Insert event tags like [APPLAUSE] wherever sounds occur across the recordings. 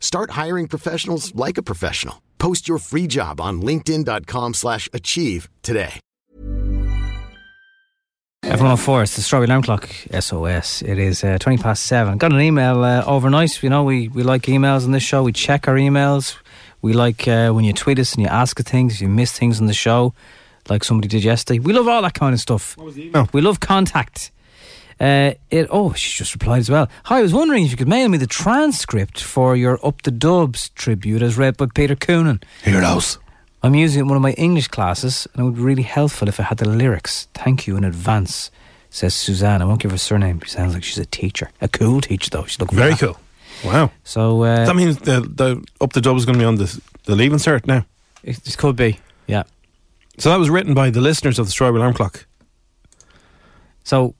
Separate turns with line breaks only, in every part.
Start hiring professionals like a professional. Post your free job on linkedin.com/achieve slash achieve today.
Everyone on oh four, it's the Strawberry Alarm Clock SOS. It is uh, 20 past seven. Got an email uh, overnight. You know, we, we like emails on this show. We check our emails. We like uh, when you tweet us and you ask us things, if you miss things on the show, like somebody did yesterday. We love all that kind of stuff. We love contact. Uh, it oh she just replied as well. Hi, I was wondering if you could mail me the transcript for your Up the Dubs tribute as read by Peter Coonan.
Heroes.
I'm using it in one of my English classes, and it would be really helpful if I had the lyrics. Thank you in advance, says Suzanne. I won't give her surname. She sounds like she's a teacher, a cool teacher though. She's looking
Very
for that.
cool. Wow.
So uh,
that means the, the up the dub is going to be on the the leaving cert now.
it this could be yeah.
So that was written by the listeners of the Strawberry Alarm Clock
So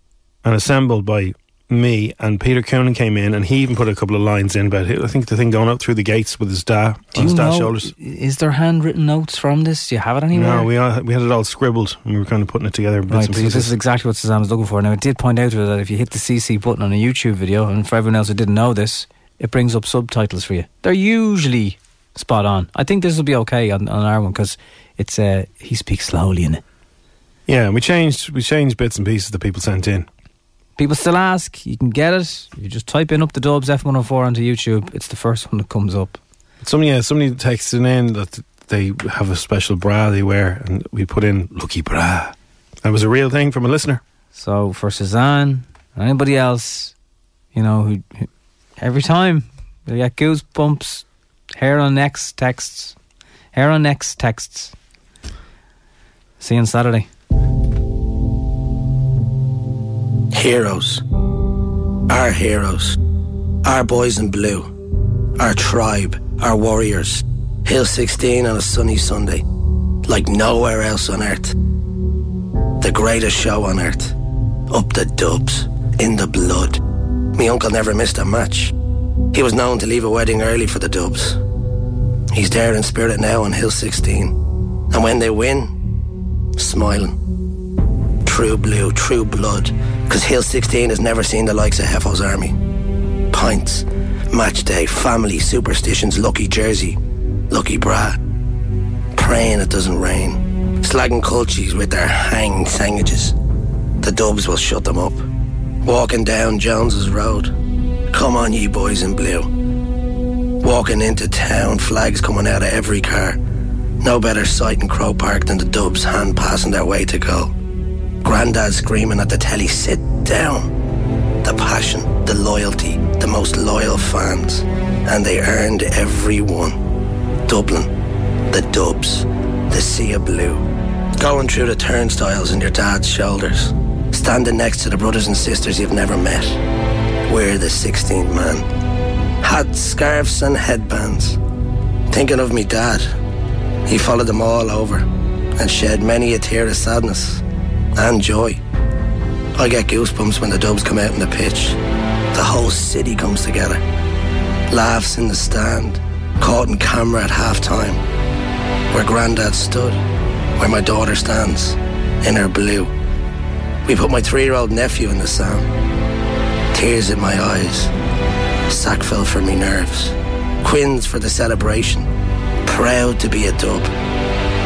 and assembled by me and Peter Coonan came in and he even put a couple of lines in about it. I think the thing going up through the gates with his da
do you
on his da
know?
shoulders.
Is there handwritten notes from this? Do you have it anywhere?
No, we all, we had it all scribbled and we were kind of putting it together bits
Right,
and
so this
pieces.
is exactly what Suzanne was looking for. Now, it did point out to her that if you hit the CC button on a YouTube video, and for everyone else who didn't know this, it brings up subtitles for you. They're usually spot on. I think this will be okay on, on our one because it's uh, he speaks slowly in it.
yeah, and we changed we changed bits and pieces that people sent in.
People still ask. You can get it. You just type in up the dubs F104 onto YouTube. It's the first one that comes up.
Somebody yeah, somebody texted in that they have a special bra they wear and we put in lucky bra. That was a real thing from a listener.
So for Suzanne and anybody else, you know, who, who every time they get goosebumps, hair on necks texts, hair on necks texts. See you on Saturday.
Heroes. Our heroes. Our boys in blue. Our tribe. Our warriors. Hill 16 on a sunny Sunday. Like nowhere else on earth. The greatest show on earth. Up the dubs. In the blood. Me uncle never missed a match. He was known to leave a wedding early for the dubs. He's there in spirit now on Hill 16. And when they win, smiling true blue, true blood, because Hill 16 has never seen the likes of Heffo's army. Pints, match day, family, superstitions, lucky jersey, lucky bra, praying it doesn't rain, slagging cultures with their hanged sandwiches. The dubs will shut them up. Walking down Jones's Road. Come on, ye boys in blue. Walking into town, flags coming out of every car. No better sight in Crow Park than the dubs hand passing their way to goal. Grandad screaming at the telly, sit down. The passion, the loyalty, the most loyal fans. And they earned every one. Dublin, the dubs, the sea of blue. Going through the turnstiles on your dad's shoulders. Standing next to the brothers and sisters you've never met. We're the 16th man. Had scarves and headbands. Thinking of me dad, he followed them all over and shed many a tear of sadness and joy. I get goosebumps when the dubs come out on the pitch. The whole city comes together. Laughs in the stand, caught in camera at half time. Where Grandad stood, where my daughter stands, in her blue. We put my three year old nephew in the sound. Tears in my eyes, Sackville for me nerves, Quinns for the celebration. Proud to be a dub.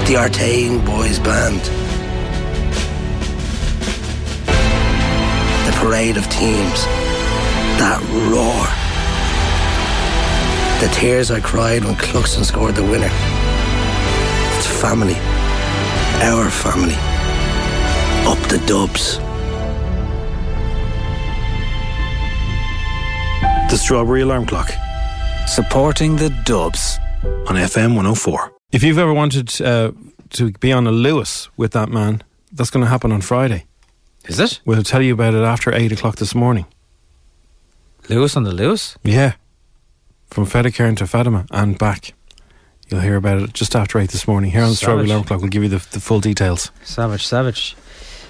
The Artane Boys Band. the parade of teams, that roar. The tears I cried when Cluxton scored the winner. It's family. Our family. Up the dubs.
The Strawberry Alarm Clock
Supporting the dubs.
on FM 104. If you've ever wanted uh, to be on a Lewis with that man, that's going to happen on Friday.
Is it?
We'll tell you about it after 8 o'clock this morning.
Lewis on the Lewis?
Yeah. From Fedicare to Fatima and back. You'll hear about it just after 8 this morning. Here on the Strawberry
Savage.
Alarm Clock, we'll give you the, the full details.
Savage, savage.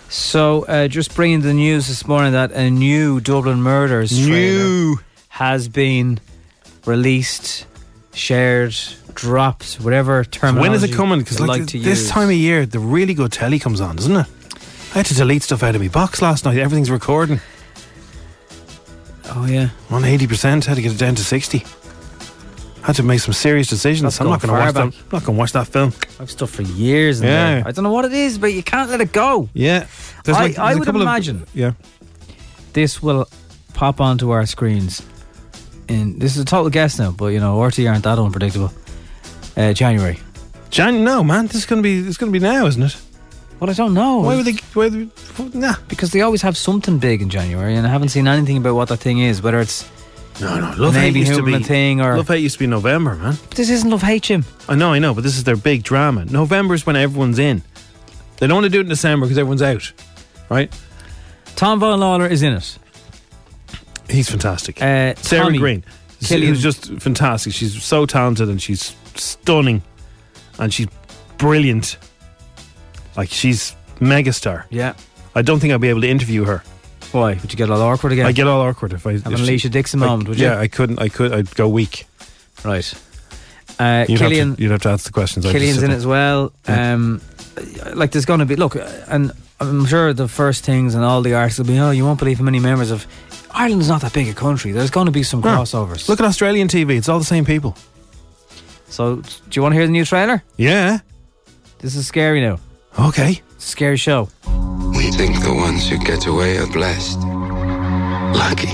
So, uh, just bringing the news this morning that a new Dublin Murders trailer has been released, shared, dropped, whatever
So
terminology.
when is it coming? Because
you
like,
like to
th- this
use.
time of year, the really good telly comes on, doesn't it? I had to delete stuff out of my box last night. Everything's recording.
Oh yeah,
On 80%, had to get it down to 60. Had to make some serious decisions.
That's
I'm not
gone
going to watch
far
that. I'm not going to watch that film.
I've stuff for years. In
Yeah.
there. I don't know what it is, but you can't let it go.
Yeah.
I- I would imagine.
Of, yeah.
This will pop onto our screens. In this is a total guess now, but you know RT aren't that unpredictable. Uh, January.
Jan, no, man, this is going to be it's going to be now, isn't it?
Well, I don't know.
Why would they? Why would they nah.
Because they always have something big in January, and I haven't seen anything about what that thing is. Whether it's
No, no. Love Hate
Maybe
used to
Human
be
thing or-
Love Hate used to be November, man.
this isn't love hate Jim.
I know, I know, but this is their big drama. November's when everyone's in. They don't want to do it in December because everyone's out, right?
Tom Von Lawler is in it.
He's fantastic.
Uh,
Sarah
Tommy
Green. She
Killian-
was just fantastic. She's so talented and she's stunning and she's brilliant. Like she's megastar.
Yeah.
I don't think I'll be able to interview her.
Why would you get all awkward again?
I get all awkward if I
Have
if
an
she-
Alicia Dixon
I-
moment, would you?
Yeah, I couldn't. I could. I'd go weak.
right. Uh,
You'd,
Killian
have, to, you'd have to answer the questions. I'd just
Killian's
sit
in it
there.
as well. Um, like there's going to be look, uh, and I'm sure the first things and all the arts will be oh you won't believe how many members of Ireland's not that big a country. There's going to be some
Yeah.
crossovers.
Look at Australian TV. It's all the same people.
So do you want to hear the new trailer?
Yeah.
This is scary now.
Okay.
It's a scary show.
We think the ones who get away are blessed, lucky.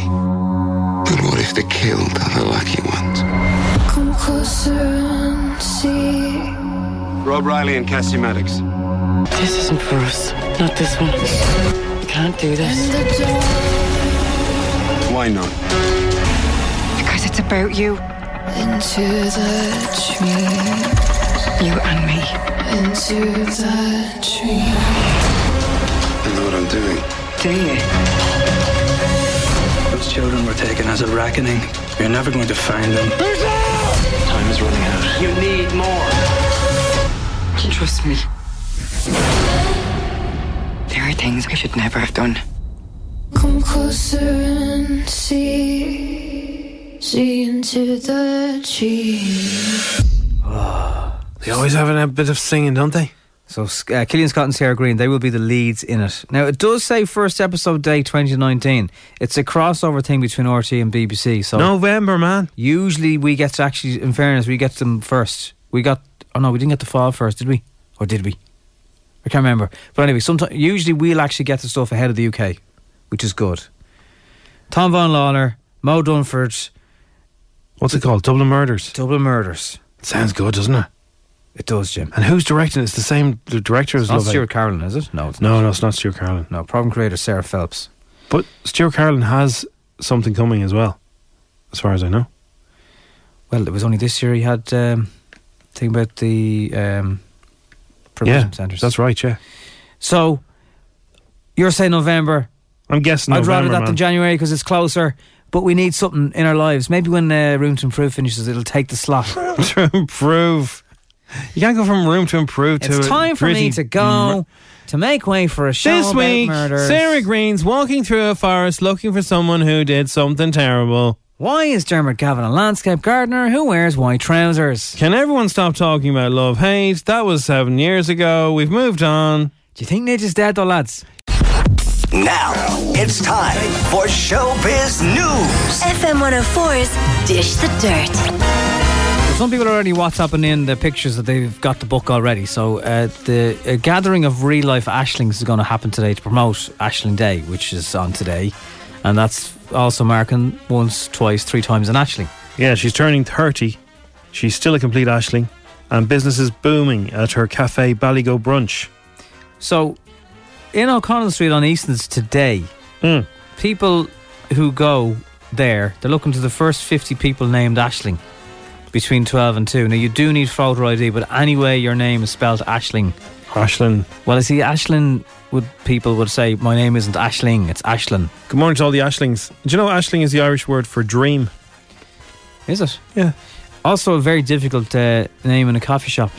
But what if the killed are the lucky ones?
Come closer and see.
Rob Riley and Cassie Maddox.
This isn't for us. Not this one. We can't do this.
The door
Why not?
Because it's about you.
into the tree,
You and me.
into the tree.
I know what I'm doing.
Do you?
Those children were taken as a reckoning. You're never going to find them.
Time is running out.
You need more.
Trust me. There are things we should never have done.
Come closer and see, see into the tree.
They always have a bit of singing, don't they?
So uh, Killian Scott and Sarah Green, they will be the leads in it. Now it does say first episode day 2019. It's a crossover thing between RT and BBC. So
Oh. November, man.
usually we get to actually, in fairness, we get them first. We got oh no, we didn't get the fall first, did we? Or did we? I can't remember. But anyway, sometimes usually we'll actually get the stuff ahead of the UK, which is good. Tom Von Lawler, Mo Dunford,
What's it called? Dublin Murders.
Dublin Murders.
Sounds good, doesn't it?
It does, Jim.
And who's directing? it? It's the same the director as
It's not
Love. Hate.
Stuart Carlin, is it? No, it's
No, no, it's not Stuart Carlin.
No, problem creator Sarah Phelps.
But Stuart Carlin has something coming as well, as far as I know.
Well, it was only this year he had um, thing about the um, provision
yeah,
centres.
that's right. Yeah,
So you're saying November?
I'm guessing.
I'd rather
November,
that
man.
than January because it's closer. But we need something in our lives. Maybe when uh, Room to Improve finishes, it'll take the slot.
[LAUGHS] to improve. You can't go from room to improve to
it's
a
time for me
gritty
to go to make way for a show
This
about
week,
murders.
Sarah Green's walking through a forest looking for someone who did something terrible.
Why is Dermot Gavin a landscape gardener who wears white trousers?
Can everyone stop talking about love hate? That was seven years ago. We've moved on.
Do you think Nidge is dead though, lads?
Now it's time for Showbiz News.
FM 104's Dish the Dirt.
Some people are already WhatsApping in the pictures that they've got the book already. So uh, the a gathering of real life Ashlings is going to happen today to promote Ashling Day, which is on today, and that's also marking once, twice, three times an Ashling.
Yeah, she's turning 30. She's still a complete Ashling. And business is booming at her cafe Ballygo Brunch.
So in O'Connell Street on Easton's today,
Hmm.
people who go there. They're looking to the first 50 people named Ashling between 12 and 2. Now, you do need voter ID, but anyway, your name is spelled Ashling.
Ashling.
Well, I see, Ashling would people would say, My name isn't Ashling, it's Ashling.
Good morning to all the Ashlings. Do you know Ashling is the Irish word for dream?
Is it?
Yeah.
Also, a very difficult uh, name in a coffee shop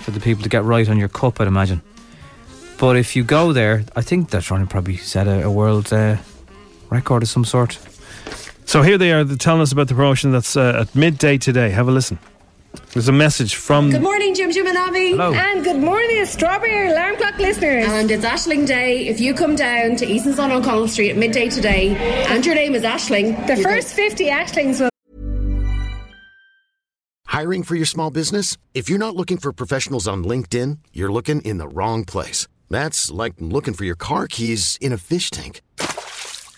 for the people to get right on your cup, I'd imagine. But if you go there, I think they're trying to probably set a, a world uh, record of some sort.
So here they are they're telling us about the promotion that's uh, at midday today. Have a listen. There's a message from.
Good morning, Jim Jim and Abby.
Hello.
And good morning, Strawberry Alarm Clock listeners. And it's Ashling Day. If you come down to Easton's on O'Connell Street at midday today and your name is Ashling, the first 50 Ashlings will.
Hiring for your small business? If you're not looking for professionals on LinkedIn, you're looking in the wrong place. That's like looking for your car keys in a fish tank.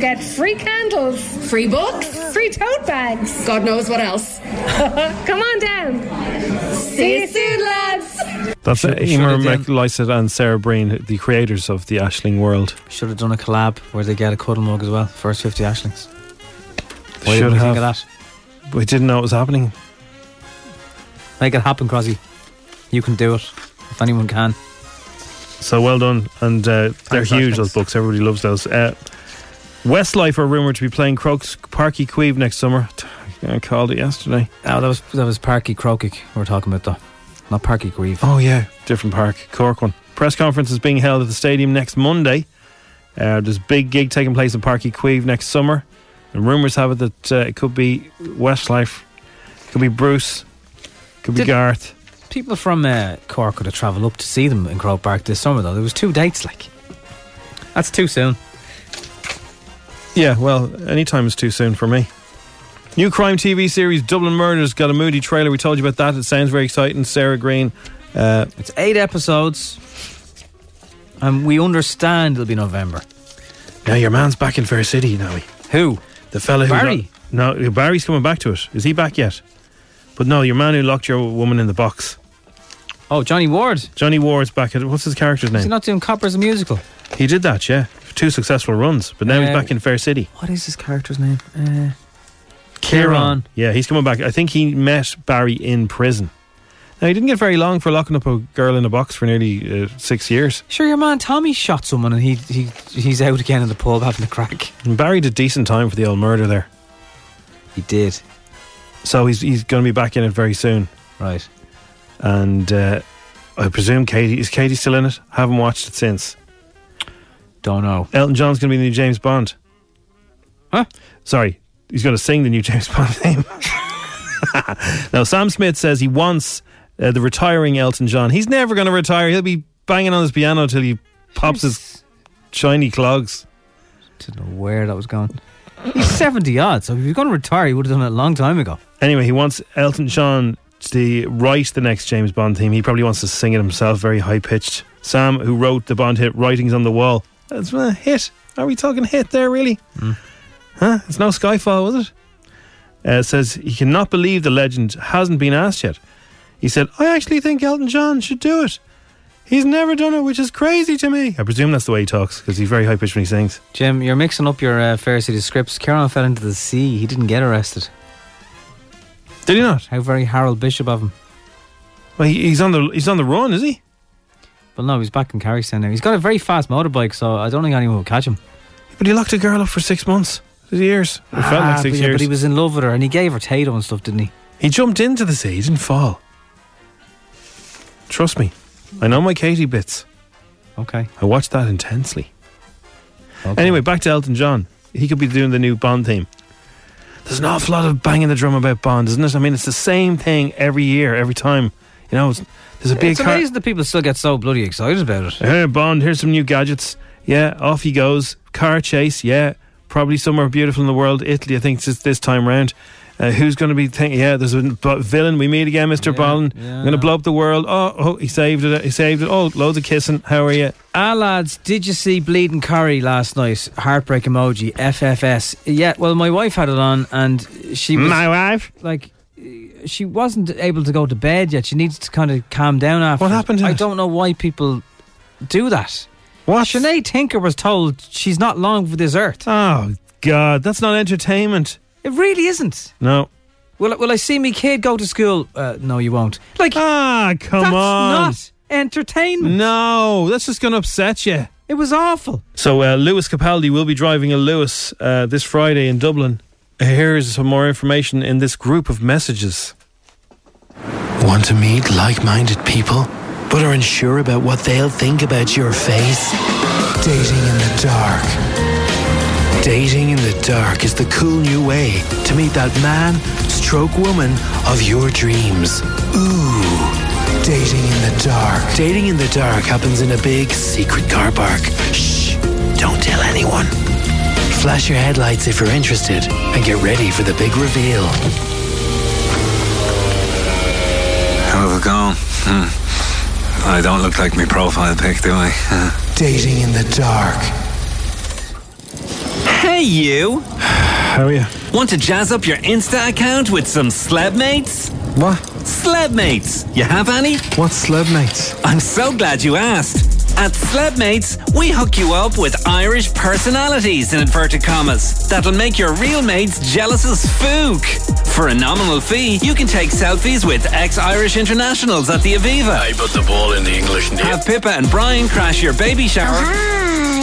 Get free candles, free books, free tote bags. God knows what else. [LAUGHS] Come on down. See you soon, lads.
That's uh,
Should- should
Emer
have done-
McLysett and Sarah Breen, the creators of the Ashling world.
Should have done a collab where they get a cuddle mug as well. First 50 Ashlings. Why
Should
didn't we think
have.
of that?
We didn't know it was happening.
Make it happen, Crosby. You can do it. If anyone can.
So well done, and uh, they're
Thanks,
huge.
Ashling.
Those books, everybody loves those. Uh, Westlife are rumored to be playing Crokes Parky Queeve next summer. I called it yesterday.
Oh, that was that was Parky Crokic we were talking about, though. Not Parky Grieve.
Oh yeah, different park, Cork one. Press conference is being held at the stadium next Monday. Uh, there's a big gig taking place in Parky Queeve next summer, and rumours have it that uh, it could be Westlife, could be Bruce, could be
Did-
Garth.
People from uh, Cork could have travelled up to see them in Croke Park this summer, though. There was two dates, like. That's too soon.
Yeah, well, any time is too soon for me. New crime TV series Dublin Murders got a moody trailer. We told you about that. It sounds very exciting. Sarah Green. Uh,
It's eight episodes, and we understand it'll be November.
now your man's back in Fair City. Now he,
Who?
the fella who
Barry?
lo- no, Barry's coming back to it. Is he back yet? But no, your man who locked your woman in the box.
Oh, Johnny Ward.
Johnny Ward's back at what's his character's
Is he
name?
not doing Copper's musical?
he did that, yeah. For two successful runs, but now he's
Uh,
back in Fair City.
What is his character's name? Uh, Ciaran.
Yeah, he's coming back. I think he met Barry in prison. Now he didn't get very long for locking up a girl in a box for nearly uh, six years.
Sure, your man Tommy shot someone, and he he he's out again in the pub having a crack.
And Barry did decent time for the old murder there,
He did.
so he's he's going to be back in it very soon.
Right.
And uh, I presume Katie is Katie still in it? Haven't watched it since.
Don't know.
Elton John's going to be the new James Bond.
Huh?
Sorry, he's going to sing the new [LAUGHS] James Bond theme. now, Sam Smith says he wants uh, the retiring Elton John. He's never going to retire. He'll be banging on his piano till he pops his shiny clogs.
Didn't know where that was going. He's 70 odd, so if he was going to retire, he would have done it a long time ago.
Anyway, he wants Elton John to write the next James Bond theme. He probably wants to sing it himself, very high pitched. Sam, who wrote the Bond hit "Writings on the Wall," that's a hit. Are we talking hit there, really? Huh? It's no Skyfall, was it? Uh, says he cannot believe the legend hasn't been asked yet. He said, "I actually think Elton John should do it. He's never done it, which is crazy to me." I presume that's the way he talks because he's very high pitched when he sings.
Jim, you're mixing up your uh, Fair City scripts. Caron fell into the sea. He didn't get arrested.
Did he not?
How very Harold Bishop of him.
Well, he, he's on the he's on the run, is he?
But no, he's back in Carrickstown now. He's got a very fast motorbike, so I don't think anyone will catch him.
But he locked a girl up for six months. Six years. Ah, It felt like
Ah, but,
six
yeah,
years.
but
he,
he was in love with her, and he gave her Tato and stuff, didn't he?
jumped into the sea. He didn't fall. Trust me. I know my Katie bits.
Okay.
I watched that intensely. Anyway, back to Elton John. He could be doing the new Bond theme. There's an awful lot of banging the drum about Bond, isn't it? I mean, it's the same thing every year, every time. You know, it's, there's a big.
It's
car-
amazing that people still get so bloody excited about it.
Hey, Bond, here's some new gadgets. Yeah, off he goes. Car chase, yeah. Probably somewhere beautiful in the world, Italy, I think, this, this time round. Uh, who's going to be thinking, yeah, there's a b- villain. We meet again, Mr. Bond. I'm going to blow up the world. Oh, oh, he saved it. He saved it. Oh, loads of kissing. How are you?
Ah, lads, did you see Bleeding Curry last night? Heartbreak emoji, FFS. Yeah, well, my wife had it on, and she was.
My wife?
Like, eh, she wasn't able to go to bed yet. She needs to kind of calm down after. What happened
to
I
it?
don't know why people do that.
What?
Sinead Tinker was told she's not long for this earth.
Oh, God, that's not entertainment.
It really isn't.
No.
Will, will I see me kid go to school? Uh, no, you won't. Like,
ah, come
that's
on.
not entertainment.
No, that's just going to upset you.
It was awful.
So uh, Lewis Capaldi will be driving a Lewis uh, this Friday in Dublin. Here is some more information in this group of messages.
Want to meet like minded people, but are unsure about what they'll think about your face? Dating in the dark. Dating in the dark is the cool new way to meet that man, stroke woman of your dreams. Ooh. Dating in the dark. Dating in the dark happens in a big secret car park. Shh. Don't tell anyone. Flash your headlights if you're interested and get ready for the big reveal.
How's it going? Hmm. I don't look like my profile pic, do I?
Dating in the dark.
Hey, you!
How are you?
Want to jazz up your Insta account with some sleb mates?
What?
Sleb mates! You have any?
What's sleb mates?
I'm so glad you asked. At Slebmates, we hook you up with Irish personalities in inverted commas that'll make your real mates jealous as fook. For a nominal fee, you can take selfies with ex-Irish internationals at the Aviva. I put the ball in the English net. Have Pippa and Brian crash your baby shower.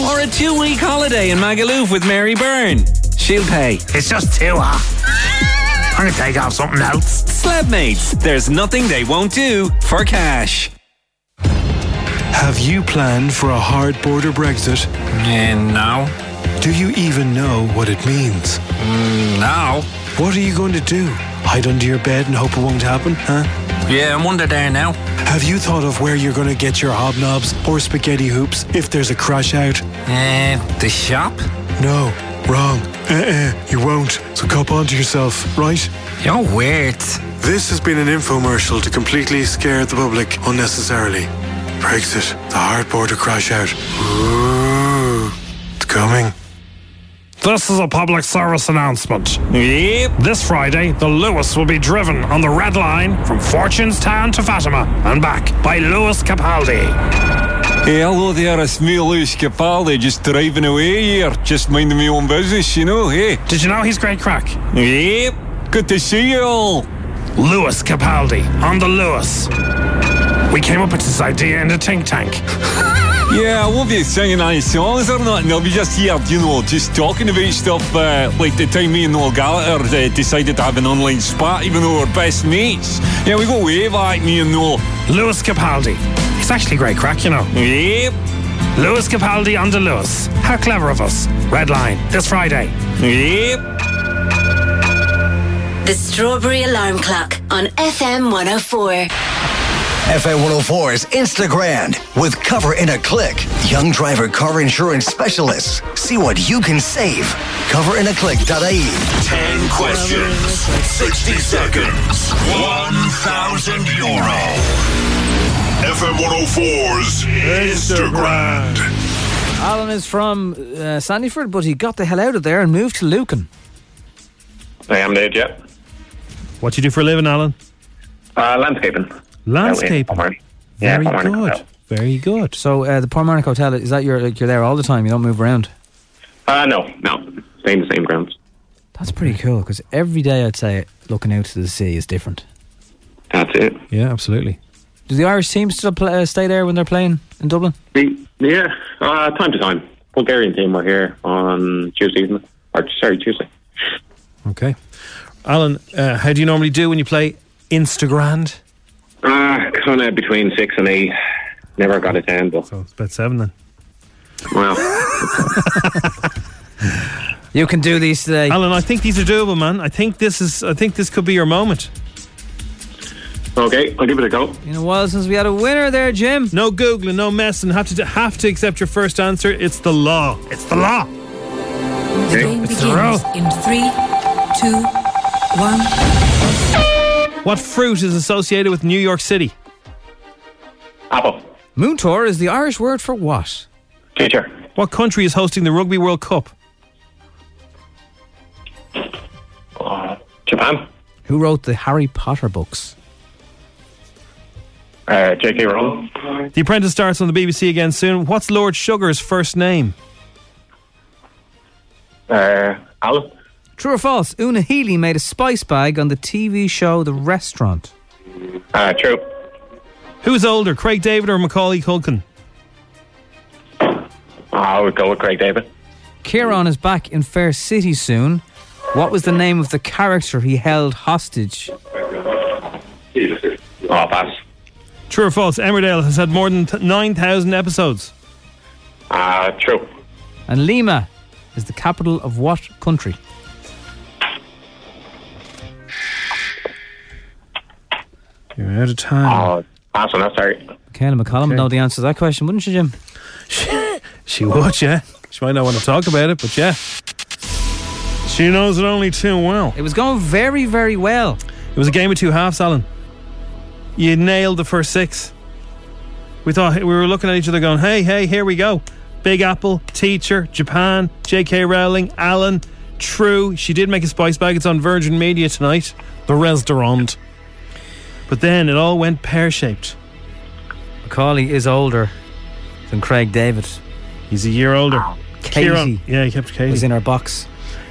Or a two-week holiday in Magaluf with Mary Byrne. She'll pay. It's just too hot. I'm gonna take off something else. Slebmates, there's nothing they won't do for cash.
Have you planned for a hard border Brexit?
no.
Do you even know what it means?
no.
What are you going to do? Hide under your bed and hope it won't happen, huh?
Yeah, I'm under there now.
Have you thought of where you're going to get your hobnobs or spaghetti hoops if there's a crash out?
Eh, the shop?
No, wrong. Uh-uh, you won't. So cop onto yourself, right?
You're weird.
This has been an infomercial to completely scare the public unnecessarily. Brexit, the hard border crash out. Ooh, it's coming.
This is a public service announcement. Yep. This Friday, the Lewis will be driven on the Red Line from Fortune's Town to Fatima and back by Lewis Capaldi.
Hey, hello there, it's me, Lewis Capaldi, just driving away here, just minding my own business, you know, hey.
Did you know he's great crack?
Yep, good to see you all.
Lewis Capaldi on the Lewis. We came up with this idea in the think tank.
Yeah, I won't be singing any songs or nothing, I'll be just here, you know, just talking about stuff, uh, like the time me and Noel Gallagher uh, decided to have an online spat, even though we're best mates. Yeah, we go way back, me and Noel.
Lewis Capaldi. He's actually great crack, you know.
Yep.
Lewis Capaldi on the Lewis. How clever of us. Red Line, this Friday.
Yep.
The Strawberry Alarm Clock on FM 104.
FA104's Instagram with cover in a click. Young driver car insurance specialists. See what you can save. Coverinaclick.ie.
10 questions, 60 seconds, 1,000 euro. FM 104's Instagram.
Alan is from uh, Sandyford, but he got the hell out of there and moved to Lucan.
I am Dave, yeah.
What do you do for a living, Alan?
Uh, landscaping.
Landscaping.
Yeah,
Very
Kilmarnock
good.
Hotel.
Very good. So uh, the Portmarnock Hotel is that your like you're there all the time? You don't move around.
Uh, no, no. Same, same grounds.
That's pretty cool because every day I'd say looking out to the sea is different.
That's it.
Yeah, absolutely.
Do the Irish team still pl- uh, stay there when they're playing in Dublin?
The- Yeah, uh, time to time. Bulgarian team were here on Tuesday evening. Or, sorry, Tuesday.
Okay. Alan, uh, how do you normally do when you play Instagram?
Uh, kind of between six and eight. Never got a 10, but.
It's about seven then.
Wow.
You can do these uh, today.
Alan, I think these are doable, man. I think this is. I think this could be your moment.
Okay, I'll give it a go.
In a while since we had a winner there, Jim. No googling, no messing. Have to have to accept your first answer. It's the law. It's the law.
The game
It's the rule.
begins in three, two, one.
What fruit is associated with New York City?
Apple.
Moontor is the Irish word for what?
Teacher.
What country is hosting the Rugby World Cup?
Uh, Japan.
Who wrote the Harry Potter books?
Uh, J.K. Rowling.
The Apprentice starts on the BBC again soon. What's Lord Sugar's first name?
Uh, Alan.
True or false? Una Healy made a spice bag on the TV show The Restaurant.
Uh, true.
Who's older, Craig David or Macaulay Culkin?
I would Uh, go with Craig David.
Kieran is back in Fair City soon. What was the name of the character he held hostage?
Oh, pass.
True or false? Emmerdale has had more than t- 9,000 episodes.
Uh, true.
And Lima is the capital of what country?
You're out of time.
Uh, Pass on that, sorry.
Kayla McCollum would know the answer to that question, wouldn't you, Jim?
She would, yeah. She might not want to talk about it, but yeah. She knows it only too well.
It was going very, very well.
It was a game of two halves, Alan. You nailed the first six. We thought we were looking at each other going, hey, hey, here we go. Big Apple, Teacher, Japan, J.K. Rowling, Alan, True. She did make a spice bag. It's on Virgin Media tonight, the restaurant. But then it all went pear shaped.
Macaulay is older than Craig David.
He's a year older.
Katie
Kieran- yeah, he kept Katie.
was in our box.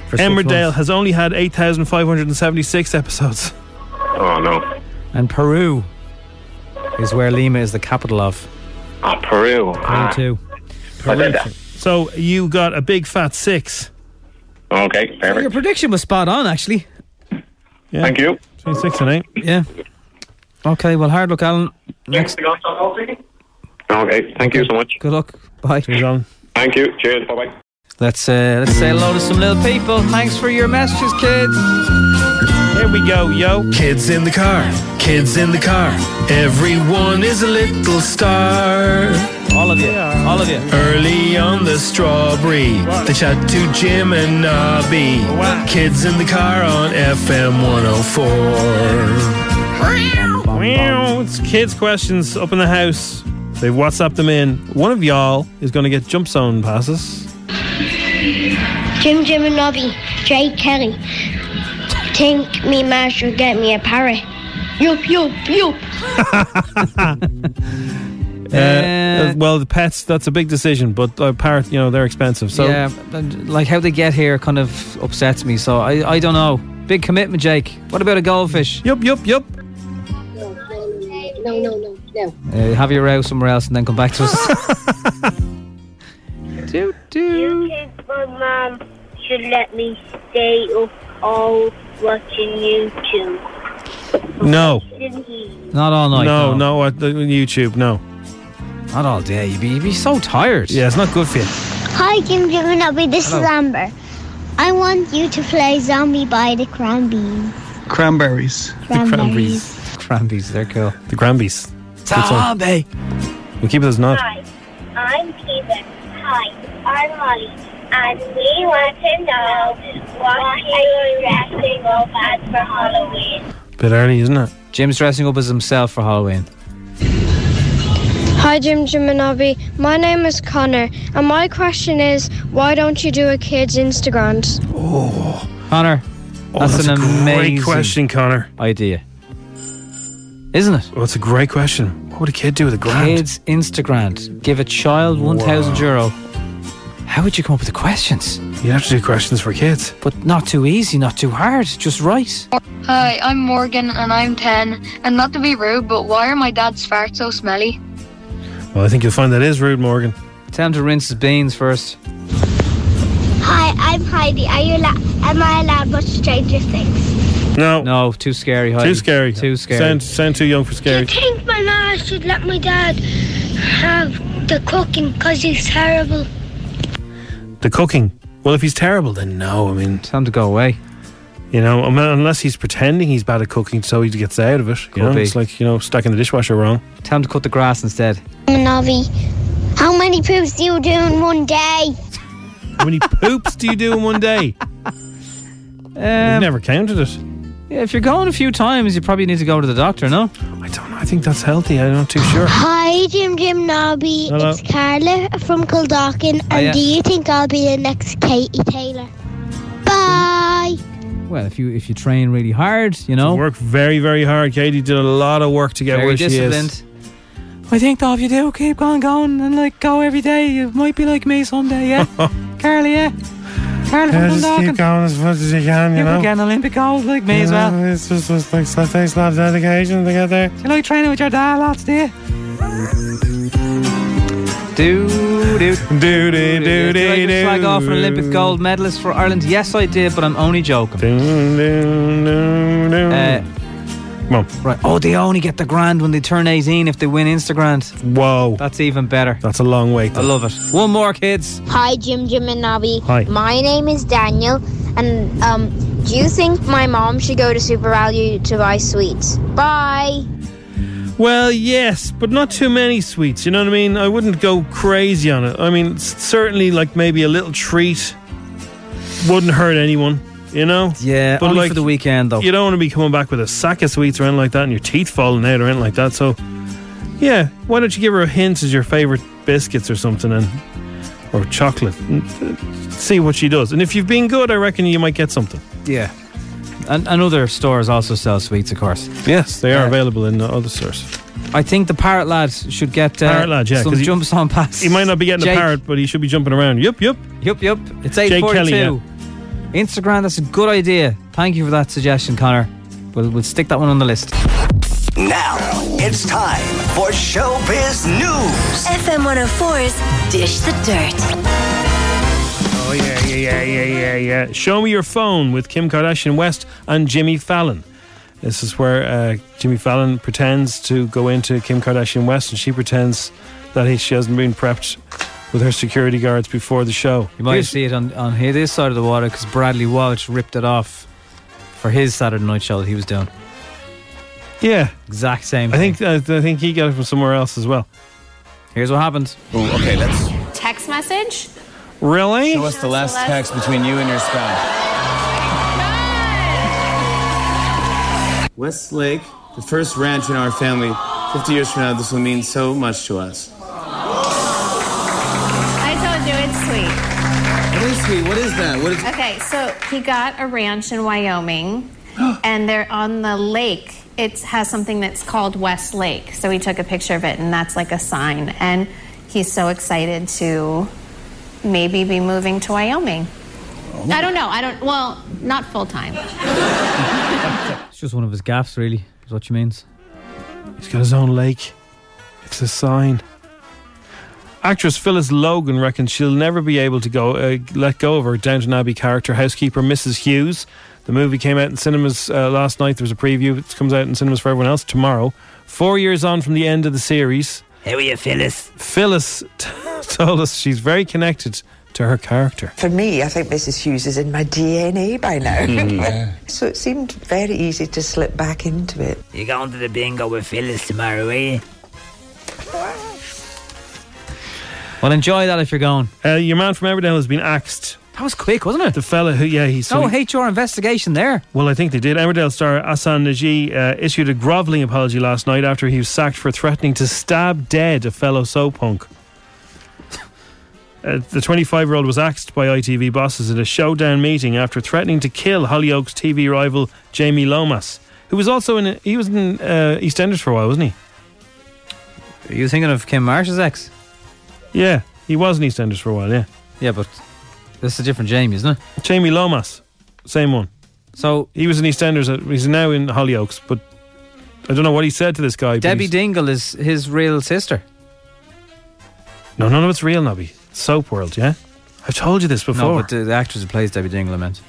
For six
Emmerdale
months.
has only had 8,576 episodes.
Oh, no.
and Peru is where Lima is the capital of.
Ah, Peru. Ah,
Peru too.
I did that.
So you got a big fat six.
Okay,
Your
perfect.
prediction was spot on, actually.
Yeah.
Thank you.
Between six and eight.
Yeah. Okay, well, hard luck, Alan. Next.
Okay, thank you so much.
Good luck. Bye.
Thank you. Cheers. Bye bye.
Let's uh, let's say hello to some little people. Thanks for your messages, kids.
Here we go, yo.
Kids in the car, kids in the car. Everyone is a little star.
All of you, all of you.
Early on the strawberry, they chat to Jim and Nobby. Kids in the car on FM 104.
Meow. It's kids' questions up in the house. They've WhatsApped them in. One of y'all is going to get jump zone passes.
Jim Jim and Nobby, Jay Kelly. Think me man should get me a parrot. Yup, yup, yup.
Uh, uh, well, the pets, that's a big decision, but uh, parrot, you know, they're expensive. So
yeah, and, like how they get here kind of upsets me. So I, I don't know. Big commitment, Jake. What about a goldfish?
Yup, yup, yup.
No, no, no, no.
Uh, have your row somewhere else and then come back to us. [LAUGHS] Doot,
You kids, my mum should let me stay up all watching YouTube.
no.
Not all night.
No, no, uh, YouTube, no.
Not all day. You'd be, you'd be so tired.
Yeah, it's not good for you.
Hi, Jim Jim and Nobby, this is Amber. I want you to play Zombie by the Cranberries.
Cranberries.
Cranberries.
Crambies, they're cool.
The Grambies.
Zombie.
We keep it as not.
Hi, I'm Kevin. Hi, I'm Molly. And we want to know what are you dressing up as for Halloween?
Bit early, isn't it?
Jim's dressing up as himself for Halloween.
Hi, Jim Jim and Abby. My name is Connor, and my question is why don't you do a kid's Instagrams?
Connor,
Oh,
that's,
that's
an
a great
amazing
question, Connor.
Idea, isn't it?
Well, it's Oh, a great question. What would a kid do with a grand?
Kids Instagram. Give a child one thousand euro. How would you come up with the questions?
You'd have to do questions for kids.
But not too easy, not too hard, just right.
Hi, I'm Morgan and I'm 10. And not to be rude, but why are my dad's farts so smelly?
Well, I think you'll find that is rude, Morgan.
Tell him to rinse his beans first.
Hi, I'm Heidi. Are you la- am I allowed to watch Stranger Things?
No.
No, too scary, Heidi.
Too scary.
Too scary.
Sound, sound too young for
I
scary.
think my mom should let my dad have the cooking because he's terrible.
The cooking. Well, if he's terrible, then no. I mean,
time to go away.
You know, I mean, unless he's pretending he's bad at cooking, so he gets out of it. You
Could
know,
be.
it's like you know, stacking the dishwasher wrong.
Time to cut the grass instead.
Navi, how many poops do you do in one day?
How many [LAUGHS] poops do you do in one day? We've never counted it.
Yeah, Uh, if you're going a few times, you probably need to go to the doctor. No,
I don't. know. I think that's healthy. I'm not too sure.
Hi, Jim Jim Nobby.
Hello.
It's Carla from Kildockin. And
Hiya.
do you think I'll be the next Katie Taylor? Bye.
Well, if you if you train really hard, you know,
work very very hard. Katie did a lot of work to get
Very
where she
disciplined.
is.
I think though if you do keep on going and like go every day, you might be like me someday, yeah? Carly, yeah? Carly
Yeah,
from
just keep
Dundalkin.
going as much as you can, you
You
know.
could get an Olympic gold like me
You
as well.
know, It's just, just like so it takes a lot of dedication to get there.
You like training with your dad lots, do you? Do do
do do do
Did I just
do.
flag off an Olympic gold medalist for Ireland? Yes, I did, but I'm only joking.
Mm.
Uh, Right. Oh, they only get the grand when they turn 18 if they win Instagram.
Whoa.
That's even better.
That's a long wait.
I love it. One more, kids.
Hi, Jim Jim and Nobby.
Hi.
My name is Daniel, and um, do you think my mom should go to Super Value to buy sweets? Bye.
Well, yes, but not too many sweets. You know what I mean? I wouldn't go crazy on it. I mean, s- certainly like maybe a little treat wouldn't hurt anyone. You know?
Yeah,
but
only
like
for the weekend though.
You don't want to be coming back with a sack of sweets or anything like that, and your teeth falling out or anything like that. So, yeah, why don't you give her a hint as your favorite biscuits or something, and or chocolate? and, uh, See what she does, and if you've been good, I reckon you might get something.
Yeah. And, and other stores also sell sweets, of course. Uh,
Yes, they are available in other stores.
I think the parrot lad should get uh,
Parrot lad, yeah,
some
'cause he-
jumps on pass.
He might not be getting
Jake-
a parrot, but he should be jumping around. Yup, yup.
Yup, yup. It's
Jake Kelly,
842. Instagram, that's a good idea. Thank you for that suggestion, Connor. We'll, we'll stick that one on the list.
Now it's time for Showbiz News.
FM 104's Dish the Dirt.
Oh yeah, yeah, yeah, yeah, yeah, yeah. Show me your phone with Kim Kardashian West and Jimmy Fallon. This is where uh, Jimmy Fallon pretends to go into Kim Kardashian West, and she pretends that he, she hasn't been prepped with her security guards before the show.
You might
Here's-
see it on, on here, this side of the water because Bradley Walsh ripped it off for his Saturday night show that he was doing.
yeah,
Exact same
I think I, I think he got it from somewhere else as well.
Here's what happened.
Oh, okay, let's.
Text message?
Really?
Show us the last text between you and your spouse. Westlake, the first ranch in our family. 50 years from now, this will mean so much to us.
I told you it's sweet.
What is sweet? What is that? What is
Okay, so he got a ranch in
[GASPS]
Wyoming, and they're on the lake. It has something that's called West Lake. So he took a picture of it, and that's like a sign. And he's so excited to maybe be moving to Wyoming.
Oh.
I don't know. I don't, well, not full time.
It's just one of his gaffes, really, is what she means.
He's got his own lake. It's a sign. Actress Phyllis Logan reckons she'll never be able to go uh, let go of her Downton Abbey character, housekeeper Mrs. Hughes. The movie came out in cinemas uh, last night. There was a preview. It comes out in cinemas for everyone else tomorrow. Four years on from the end of the series,
How are you, Phyllis?
Phyllis [LAUGHS] t- told us she's very connected to her character.
For me, I think Mrs. Hughes is in my DNA by now. [LAUGHS]
Mm, yeah.
so it seemed very easy to slip back into it. You're going to the bingo with Phyllis tomorrow, eh? are you?
Well, enjoy that if you're going.
Uh, your man from Everdale has been axed.
That was quick, wasn't it?
The fella who, yeah, he's
No HR investigation there.
Well, I think they did. Emmerdale star Asan Naji uh, issued a grovelling apology last night after he was sacked for threatening to stab dead a fellow soap punk. [LAUGHS] Uh, the 25 year old was axed by ITV bosses at a showdown meeting after threatening to kill Hollyoaks TV rival Jamie Lomas, who was also in he was in uh, EastEnders for a while, wasn't
he? Are you thinking of Kim Marsh's ex?
Yeah, he was in EastEnders for a while. Yeah,
yeah, but this is a different Jamie, isn't it?
Jamie Lomas, same one.
So
he was in EastEnders. uh, He's now in Hollyoaks, but I don't know what he said to this guy. but
Debbie
he's-
Dingle is his real sister.
No, none of it's real, Nobby. Soap World, yeah? I've told you this before.
No, but the, the actress who plays Debbie Dingle, I meant.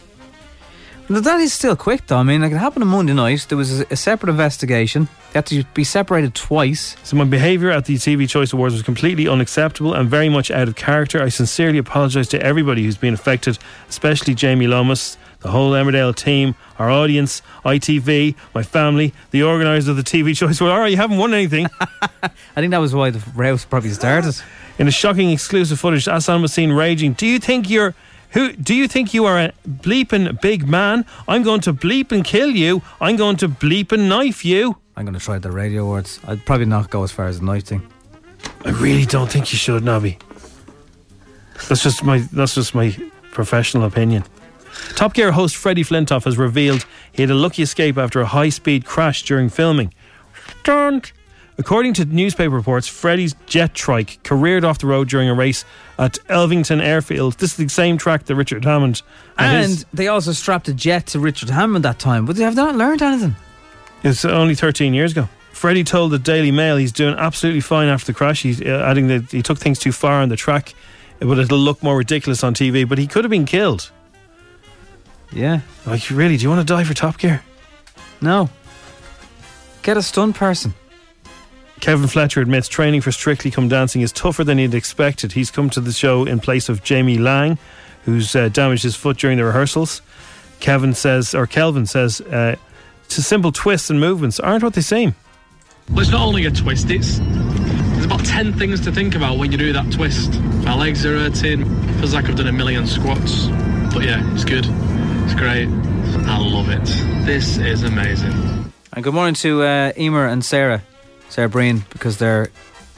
Th- That is still quick, though. I mean, like it happened on Monday night. There was a, a separate investigation. They had to be separated twice.
So my behaviour at the TV Choice Awards was completely unacceptable and very much out of character. I sincerely apologise to everybody who's been affected, especially Jamie Lomas, the whole Emmerdale team, our audience, ITV, my family, the organisers of the TV Choice Awards. All right, you haven't won anything.
I think that was why the rouse probably started.
In a shocking exclusive footage, Aslan was seen raging. Do you think you're who? Do you think you are a bleeping big man? I'm going to bleep and kill you. I'm going to bleep and knife you.
I'm going to try the radio words. I'd probably not go as far as the knife thing.
I really don't think you should, Nobby. That's just my that's just my professional opinion. Top Gear host Freddie Flintoff has revealed he had a lucky escape after a high-speed crash during filming. Don't. According to newspaper reports, Freddie's jet trike careered off the road during a race at Elvington Airfield. This is the same track that Richard Hammond
And
his-
they also strapped a jet to Richard Hammond that time. But they have not learned anything.
It's only 13 years ago. Freddie told the Daily Mail he's doing absolutely fine after the crash. He's uh, adding that he took things too far on the track, uh, but it'll look more ridiculous on TV. But he could have been killed.
Yeah.
Like, really, do you want to die for Top Gear?
No. Get a stunned person.
Kevin Fletcher admits training for Strictly Come Dancing is tougher than he'd expected. He's come to the show in place of Jamie Lang, who's uh, damaged his foot during the rehearsals. Kevin says, or Kelvin says, uh, to simple twists and movements aren't what they seem.
Well, it's not only a twist, it's there's about 10 things to think about when you do that twist. My legs are hurting, feels like I've done a million squats. But yeah, it's good. It's great. I love it. This is amazing.
And good morning to uh, Emer and Sarah, Sarah Breen, because their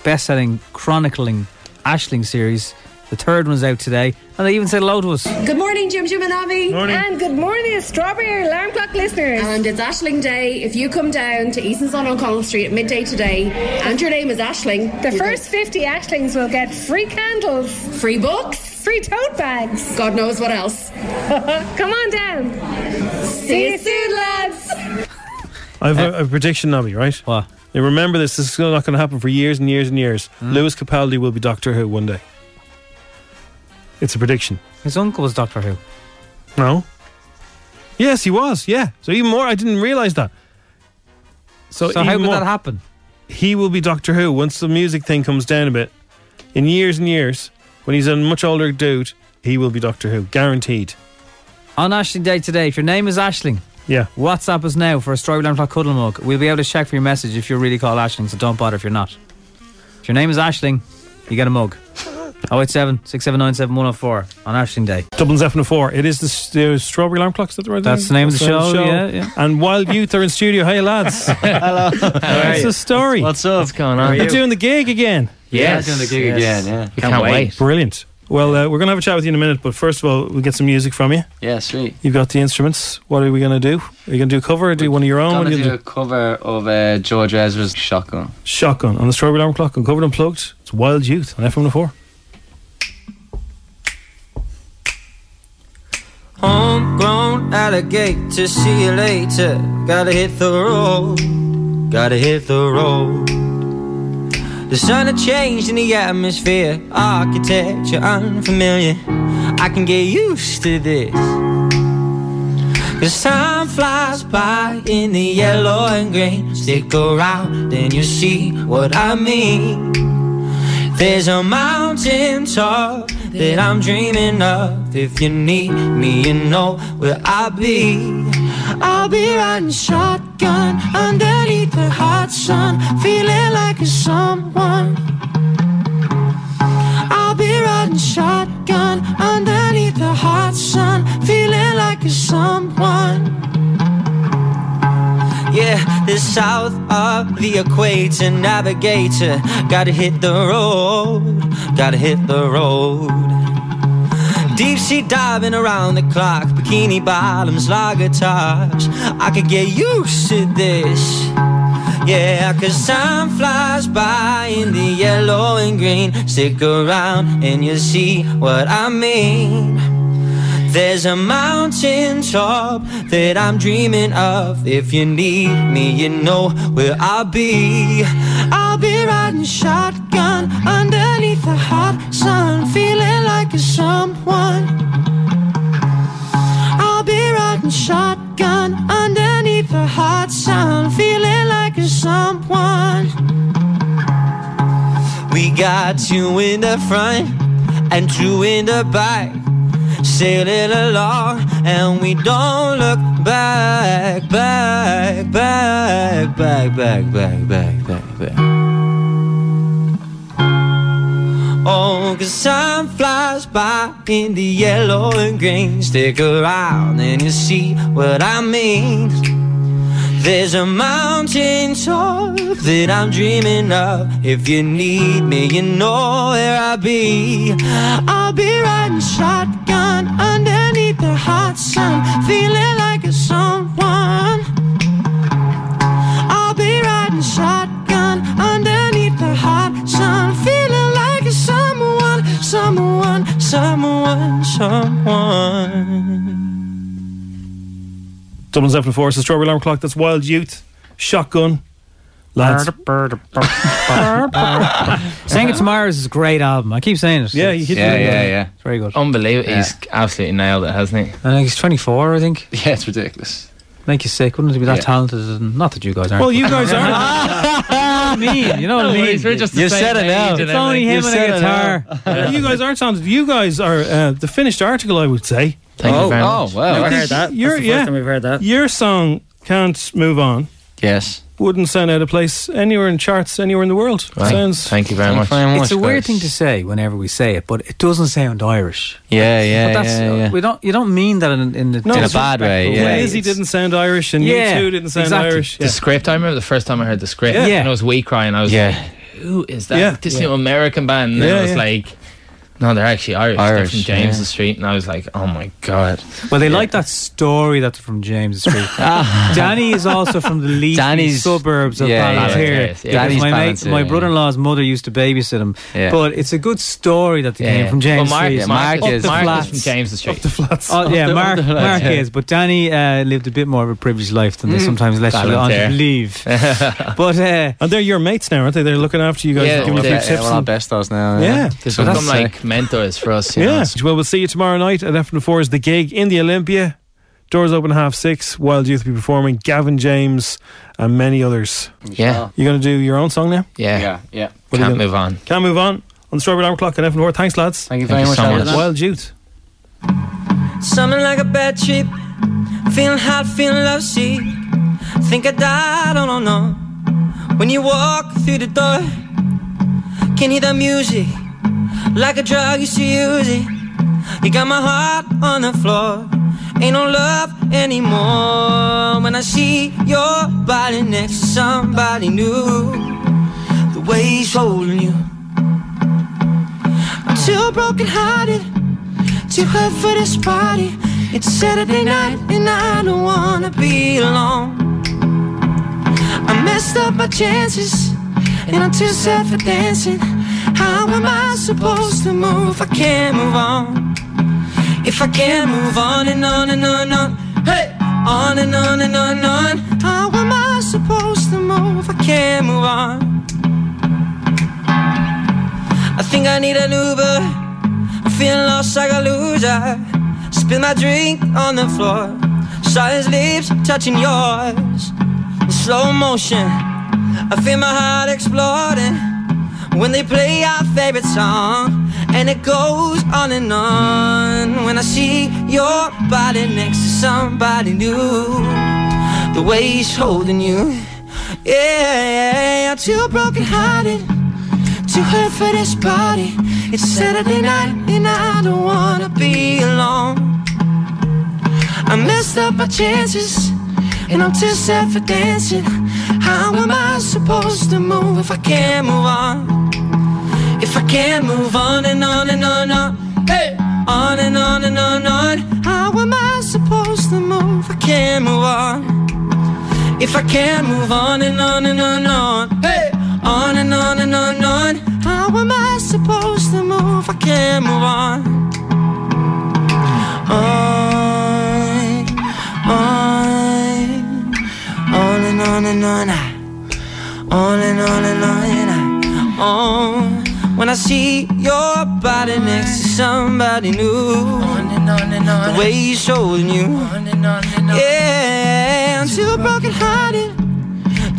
best-selling chronicling Ashling series, the third one's out today, and they even said hello to us.
Good morning, Jim Jim and Abby.
Morning.
And good morning, Strawberry Alarm Clock listeners. And it's Ashling Day. If you come down to Easton's on O'Connell Street at midday today and your name is Ashling, The first 50 Ashlings will get free candles, free books, free tote bags. God knows what else. come on down. See you soon, lads.
I've a, a prediction, Nobby, right?
What?
Now remember this, this is not going to happen for years and years and years. Lewis Capaldi will be Doctor Who one day. It's a prediction.
His uncle was Doctor Who.
No? Yes, he was, yeah. So even more, I didn't realise that. So,
So how
even
would
more,
that happen?
He will be Doctor Who once the music thing comes down a bit. In years and years, when he's a much older dude, he will be Doctor Who, guaranteed.
On Ashling Day today, if your name is Ashling,
yeah,
WhatsApp us now for a Storyline Clock Cuddle Mug. We'll be able to check for your message if you're really called Ashling, so don't bother if you're not. If your name is Ashling, you get a mug. 087 679 7104 on Ashling Day.
Dublin's F and 4. It is the, s- the Strawberry Alarm Clock, is that the right
That's the name of the show, yeah, yeah. [LAUGHS]
And Wild Youth are in studio. Hey, lads. Hello. What's
you?
the story? What's up? What's going
on?
You're doing the gig again.
Yes, Yeah, doing the gig yes. again, yeah. We Can't can't wait. wait.
Brilliant. Well, uh, we're going to have a chat with you in a minute, but first of all, we'll get some music from you.
Yeah, sweet.
You've got the instruments. What are we going to do? Are you going to do a cover or do one of your own? What
Gonna
are
do
you gonna
a cover of uh, George Ezra's Shotgun.
do? Shotgun on the Strawberry Alarm Clock, uncovered and plugged. It's Wild Youth on FM4.
Homegrown alligator, see you later. Gotta hit the road, gotta hit the road. The sun had changed in the atmosphere, architecture unfamiliar. I can get used to this. Cause time flies by in the yellow and green. Stick around and you see what I mean. There's a mountain top that I'm dreaming of. If you need me, you know where I'll be. I'll be riding shotgun underneath the hot sun, feeling like a someone. I'll be riding shotgun underneath the hot sun, feeling like a someone. Yeah, the south of the equator navigator. Gotta hit the road, gotta hit the road. Deep sea diving around the clock, bikini bottoms, lager tops. I could get used to this. Yeah, cause time flies by in the yellow and green. Stick around and you'll see what I mean. There's a mountain top that I'm dreaming of. If you need me, you know where I'll be. I'll be riding shotgun underneath the hot sun, feeling like a someone. I'll be riding
shotgun underneath the hot sun, feeling like a someone.
We got two in the front and two in the back. Sailing along and we don't look back, back, back, back, back, back, back, back, back. Oh, cause time flies by in the yellow and green. Stick around and you see what I mean. There's a mountain top that I'm dreaming of. If you need me, you know where I'll be.
I'll be riding shotgun underneath the hot sun, feeling like a someone. I'll be riding shotgun underneath the hot sun, feeling like a someone, someone, someone, someone.
Dublin's after four. It's the strawberry alarm clock. That's Wild Youth. Shotgun. Lads.
Saying It to Mars is a great album. I keep saying it.
Yeah,
you
yeah, yeah, Um, yeah.
It's very good.
Unbelievable.
Yeah.
He's absolutely nailed it, hasn't he?
I think he's 24, I think.
Yeah, it's ridiculous.
Make you sick, wouldn't it be that
Yeah.
talented? And not that you guys aren't.
Well, you
but-
guys [LAUGHS] aren't.
I mean, you know what
No
I mean.
worries, we're just the
you
same
said it
age
now.
and
It's only him
everything. You
and a
said it
guitar.
Well, you guys aren't sounded. You guys are uh, the finished article, I would say.
Thank you Oh, very much. oh, wow. Never
I think
heard that. That's
your-
the first
yeah,
time we've heard that.
Your song can't move on.
Yes.
Wouldn't sound out of place anywhere in charts anywhere in the world.
Right.
Sounds.
Thank you very much.
It's a weird thing to say whenever we say it, but it doesn't sound Irish.
Yeah, yeah,
but that's,
yeah, yeah.
We don't. You don't mean that in, in, the,
No, In a bad way,
disrespectful
yeah.
way.
Izzy didn't sound Irish, and
Yeah,
you two didn't sound
exactly.
Irish.
The script. I remember the first time I heard the script,
Yeah.
and I was wee crying. I was
Yeah.
like, "Who is that?
Yeah.
This
Yeah.
new American band?" And then
Yeah,
I was
yeah.
like, "No, they're actually Irish.
Irish,
they're from James
yeah.
Street." And I was like, "Oh my god!"
Well, they like that story that's from James
[LAUGHS]
Street. Danny is also from the leafy
Ah. Danny's-
suburbs of
yeah, yeah,
Ballantyre.
yeah, yeah.
because
Danny's
my,
Ballantyre,
my
yeah.
brother-in-law's mother used to babysit him.
Yeah.
But it's a good story that they
Yeah,
came
yeah.
from James
Well, Mark-
Street.
yeah, Mark
Up
is-
the
Mark is
flats.
from James Street. Up the
flats.
Oh, yeah,
Up the-
Mark,
up the flats,
Mark
yeah.
is. But Danny uh, lived a bit more of a privileged life than they
Mm.
sometimes let you on to
Ballantyre.
believe. but uh,
and they're your mates now, aren't they? They're looking after you guys,
yeah,
and giving
yeah,
you
yeah,
free tips.
we're our
and-
bestos now. Yeah,
Yeah.
they've
Well,
become
that's
like mentors for us. You
Yeah.
know?
Well, we'll see you tomorrow night at F and Four is the gig in the Olympia. Doors open half six. Wild Youth will be performing. Gavin James and many others.
Yeah.
You're going to do your own song now.
yeah, yeah, yeah.
What are you
Can't
gonna-
move on.
Can't move on. On the Strawberry Alarm Clock at F and Four. Thanks, lads. Thank
you very Thank you much, so Alan. much.
Wild Youth.
Something like a bad trip, feeling hot, feeling love sick. Think I died, oh no no. When you walk through the door, can hear the music like a drug you should use it. You got my heart on the floor, ain't no love anymore. When I see your body next to somebody new, the way he's holding you, I'm too broken hearted, too hurt for this party. It's Saturday night and I don't wanna be alone. I messed up my chances and I'm too sad for dancing. How am I supposed to move? I can't move on. If I can't move on and on and on and on, hey, on and on and on and on. How am I supposed to move? I can't move on. I think I need an Uber. I'm feeling lost like a loser. Spill my drink on the floor. Saw his lips touching yours. In slow motion, I feel my heart exploding. When they play our favorite song, and it goes on and on. When I see your body next to somebody new, the way he's holding you, yeah, I'm too broken hearted too hurt for this party. It's Saturday night and I don't wanna be alone. I messed up my chances and I'm too sad for dancing. How am I supposed to move if I can't move on? If I can't move on and on and on and on, hey, on and on and on and on. How am I supposed to move? I can't move on. If I can't move on and on and on and on, hey, on and on and on and on, how am I supposed to move? I can't move on. On, on, on and on and on, ah. on and on and on, and ah. on, When I see your body next to somebody new, on and on and on. The way you showing you, on and on and on. Yeah, I'm too broken hearted,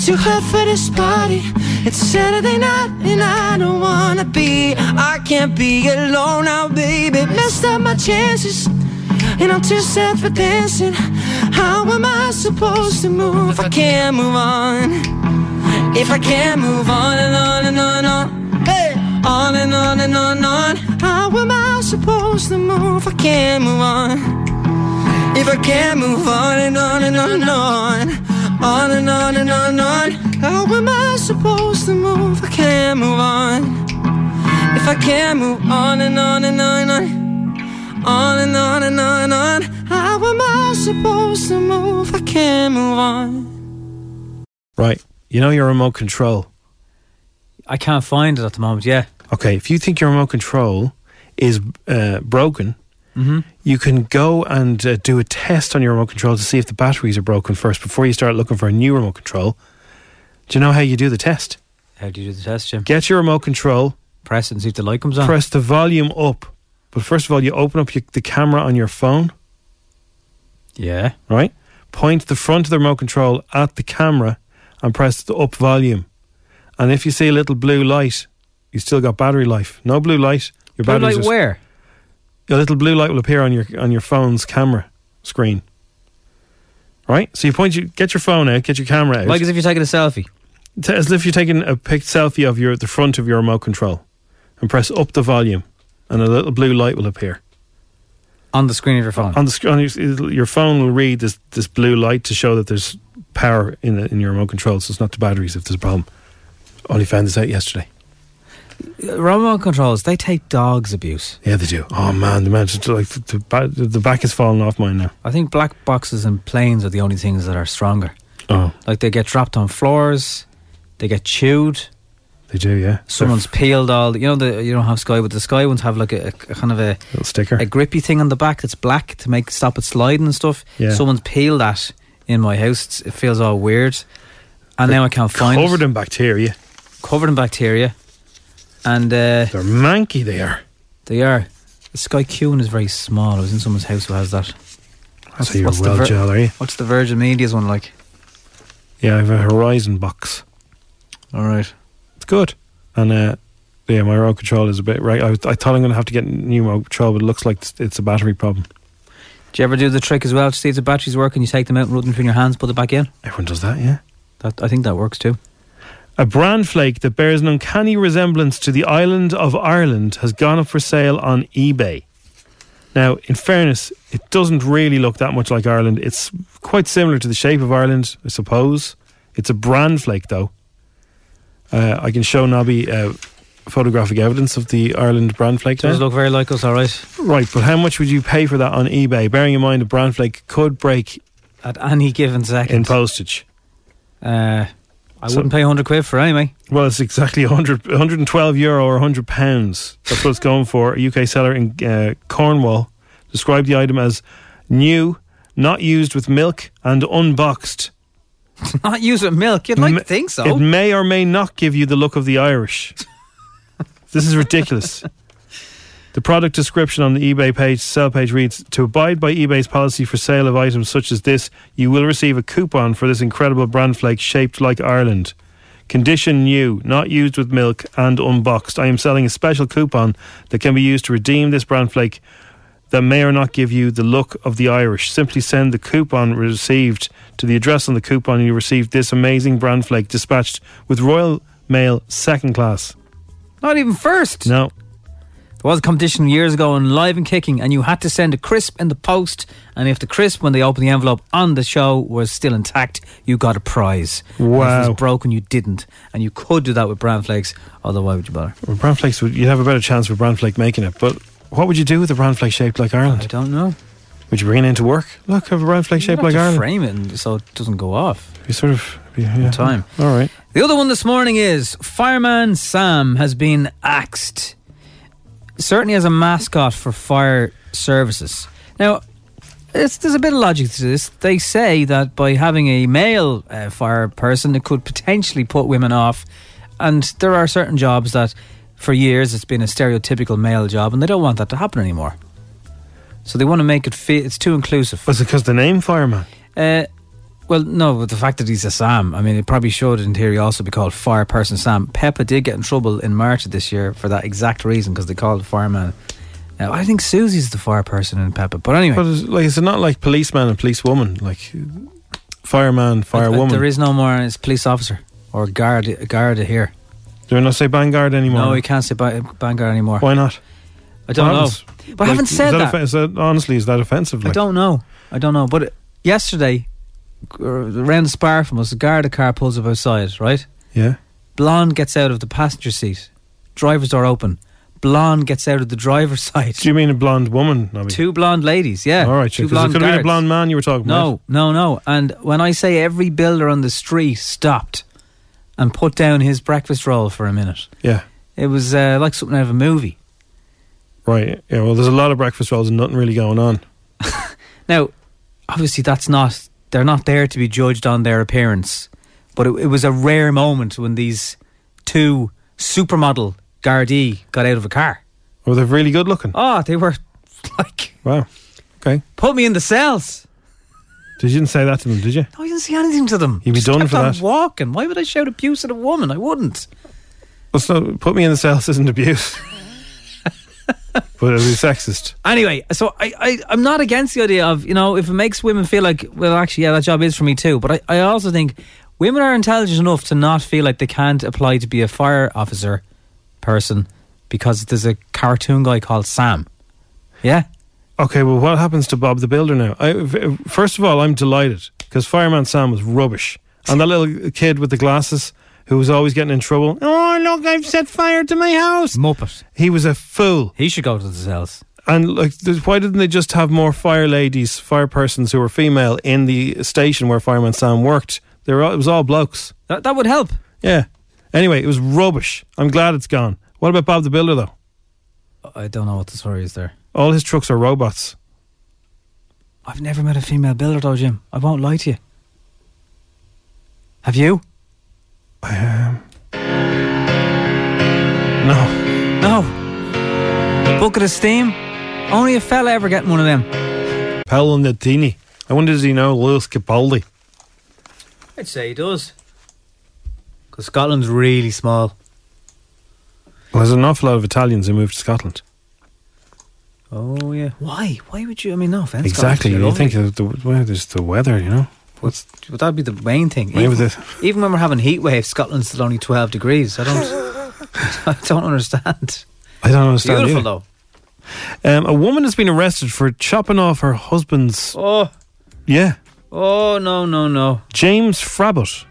too hurt for this party. It's Saturday night and I don't wanna be. I can't be alone now, baby. Messed up my chances. And I'm too sad for dancing. How am I supposed to move if I can't move on? If I can't move on and on and on and on, hey, on and on and on and on. How am I supposed to move? if I can't move on. If I can't move on and on and on and on, on and on and on and on. How am I supposed to move? if I can't move on. If I can't move on and on and on and on, on and on and on and on. How am I supposed to move? if I can't move on.
Right. You know your remote control.
I can't find it at the moment, yeah.
Okay, if you think your remote control is uh, broken,
Mm-hmm.
Mhm.
you can go and uh, do a test on your remote control to see if the batteries are broken first before you start looking for a new remote control. Do you know how you do the test?
How do you do the test, Jim?
Get your remote control.
Press it and see if the light comes on.
Press the volume up. But first of all, you open up your, the camera on your phone.
Yeah.
Right? Point the front of the remote control at the camera and press the up volume. And if you see a little blue light, you still got battery life. No blue light. Your
Blue
batteries
light
are-
where?
A little blue light will appear on your on your phone's camera screen. Right? So you point you get your phone out, get your camera out.
Like as if you're taking a selfie.
T- as if you're taking a pic selfie of your the front of your remote control and press up the volume and a little blue light will appear
on the screen of your phone
on the sc- on your, it'll- your phone will read this this blue light to show that there's power in the, in your remote control so it's not the batteries if there's a problem only found this out yesterday
Uh, Remote controls, they take dogs' abuse.
yeah they do oh man the man just like the, the, ba- the back is falling off mine now
I think black boxes and planes are the only things that are stronger.
Oh.
Like they get dropped on floors, they get chewed.
They do, yeah.
Someone's peeled all. You know, the, you don't have sky, but the sky ones have like a, a kind of a
little sticker,
a grippy thing on the back that's black to make stop it sliding and stuff.
Yeah.
Someone's peeled that in my house. It's, it feels all weird, and now I can't find
covered in bacteria.
Covered in bacteria, and uh,
they're manky. They are.
They are. The sky queuing is very small. I was in someone's house who has that.
so you're well
the
gel, are you?
What's the Virgin Media's one like?
Yeah, I have a Horizon box.
All right,
it's good. And uh, yeah, my remote control is a bit right. I, was- I thought I'm going to have to get a new remote control, but it looks like it's, it's a battery problem.
Do you ever do the trick as well to see if the batteries work and you take them out and rub them between your hands, put it back in?
Everyone does that, yeah.
That I think that works too.
A bran flake that bears an uncanny resemblance to the island of Ireland has gone up for sale on eBay. Now, in fairness, it doesn't really look that much like Ireland. It's quite similar to the shape of Ireland, I suppose. It's a bran flake, though. Uh, I can show Nobby uh, photographic evidence of the Ireland bran flake.
Does
now.
look very like us, all right.
Right, but how much would you pay for that on eBay? Bearing in mind a bran flake could break
at any given second
in postage.
Uh, I
So-
wouldn't pay hundred quid for it anyway. [LAUGHS]
Well, it's exactly 100, 112 euro or 100 pounds. That's what it's going for. A UK seller in uh, Cornwall described the item as new, not used with milk, and unboxed.
Not use it milk. You'd like
Ma-
to think so.
It may or may not give you the look of the Irish. this is ridiculous. The product description on the eBay page sell page reads to abide by eBay's policy for sale of items such as this, you will receive a coupon for this incredible bran flake shaped like Ireland. Condition new, not used with milk and unboxed. I am selling a special coupon that can be used to redeem this bran flake that may or not give you the look of the Irish. Simply send the coupon received to the address on the coupon and you receive this amazing bran flake dispatched with Royal Mail second class.
Not even first.
No.
There was a competition years ago on Live and Kicking, and you had to send a crisp in the post. And if the crisp, when they opened the envelope on the show, was still intact, you got a prize. And if it
Wow.
was broken, you didn't. And you could do that with bran flakes, although why would you bother?
Well, bran flakes, would- you'd have a better chance with bran flake making it. But what would you do with a bran flake shaped like Ireland? I
don't know.
Would you bring it into work? Look, have a bran flake shaped
You'd have
like
to
Ireland.
frame it and so it doesn't go off.
You sort of yeah, yeah.
time.
All right.
The other one this morning is Fireman Sam has been axed, certainly as a mascot for fire services. Now, it's, there's a bit of logic to this. They say that by having a male uh, fire person, it could potentially put women off, and there are certain jobs that for years it's been a stereotypical male job, and they don't want that to happen anymore. So they want to make it fit. It's too inclusive.
Was it because the name fireman?
Uh, well, no, but the fact that he's a Sam, I mean, it probably should in theory also be called Fire Person Sam. Peppa did get in trouble in March of this year for that exact reason because they called the fireman. Now, I think Susie's the fire person in Peppa, but anyway.
But it's, like, it's not like policeman and policewoman, like fireman,
But- but
firewoman.
There is no more. It's police officer or guard guard here.
Do we not say vanguard anymore?
No, you can't say ba- vanguard anymore.
Why not?
I don't
What
know.
happens?
But I haven't
Like,
said
is
that.
offen- is that- honestly, is that offensive?
I
Like,
don't know. I don't know. But yesterday, g- around the spar from us, a guard a car pulls up outside, right?
Yeah.
Blonde gets out of the passenger seat. Driver's door open. Blonde gets out of the driver's [LAUGHS] side. Do
you mean a blonde woman?
Two blonde ladies, yeah.
All right,
two
sure, 'cause it could have been a
guards.
blonde man you were talking
No, no, no. And when I say every builder on the street stopped and put down his breakfast roll for a minute,
Yeah.
it was uh, like something out of a movie.
Right. Yeah. Well, there's a lot of breakfast rolls and nothing really going on.
Now, obviously, that's not they're not there to be judged on their appearance, but it, it was a rare moment when these two supermodel Gardaí got out of a car.
Were they really good looking?
Oh, they were [LAUGHS] like
wow. Okay.
Put me in the cells.
Did you didn't say that to them? Did you?
No, I didn't say anything to them.
You'd be
Just
done
kept
for
on
that.
walking. Why would I shout abuse at a woman? I wouldn't.
Well, so put me in the cells isn't abuse, [LAUGHS] but it'll be sexist.
Anyway, so I, I, I'm not against the idea of, you know, if it makes women feel like, well, actually, yeah, that job is for me too. But I, I also think women are intelligent enough to not feel like they can't apply to be a fire officer person because there's a cartoon guy called Sam. Yeah.
Okay. Well, what happens to Bob the Builder now? I, v- first of all, I'm delighted because Fireman Sam was rubbish, and that little kid with the glasses who was always getting in trouble. Oh, look, I've set fire to my house.
Muppet.
He was a fool.
He should go to the cells.
And like, th- why didn't they just have more fire ladies, fire persons who were female in the station where Fireman Sam worked? They were all, it was all blokes.
That, that would help.
Yeah. Anyway, it was rubbish. I'm glad it's gone. What about Bob the Builder though?
I don't know what the story is there.
All his trucks are robots.
I've never met a female builder, though, Jim. I won't lie to you. Have you?
No.
No. Bucket of steam. Only a fella ever getting one of them.
Paolo Nettini. I wonder does he know Lewis Capaldi?
I'd say he does. Because Scotland's really small.
Well, there's an awful lot of Italians who moved to Scotland.
Oh yeah. Why? Why would you? I mean, no offense.
exactly.
Scotland,
You
they're
think of the, well, there's the weather, you know? What's
lovely. But that'd be the main thing.
Maybe
even,
the-
even when we're having heat waves, Scotland's still only twelve degrees. I don't. [LAUGHS] I don't understand.
I don't understand.
Beautiful
either.
though.
Um, a woman has been arrested for chopping off her husband's.
Oh.
Yeah.
Oh no no no.
James Frabbit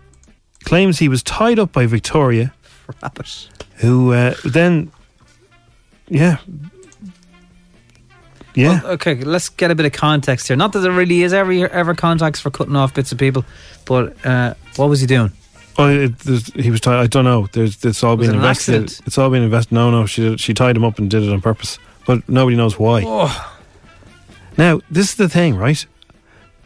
claims he was tied up by Victoria,
Frabbit.
who uh, then, yeah, yeah,
Well, okay, let's get a bit of context here. Not that there really is ever ever context for cutting off bits of people, but uh, what was he doing?
oh, it, there's- he was tied. I don't know. There's, it's all
Was
been
it an
investigated.
accident?
It's all been investigated. No, no, she did- she tied him up and did it on purpose, but nobody knows why.
Oh.
Now, this is the thing, right?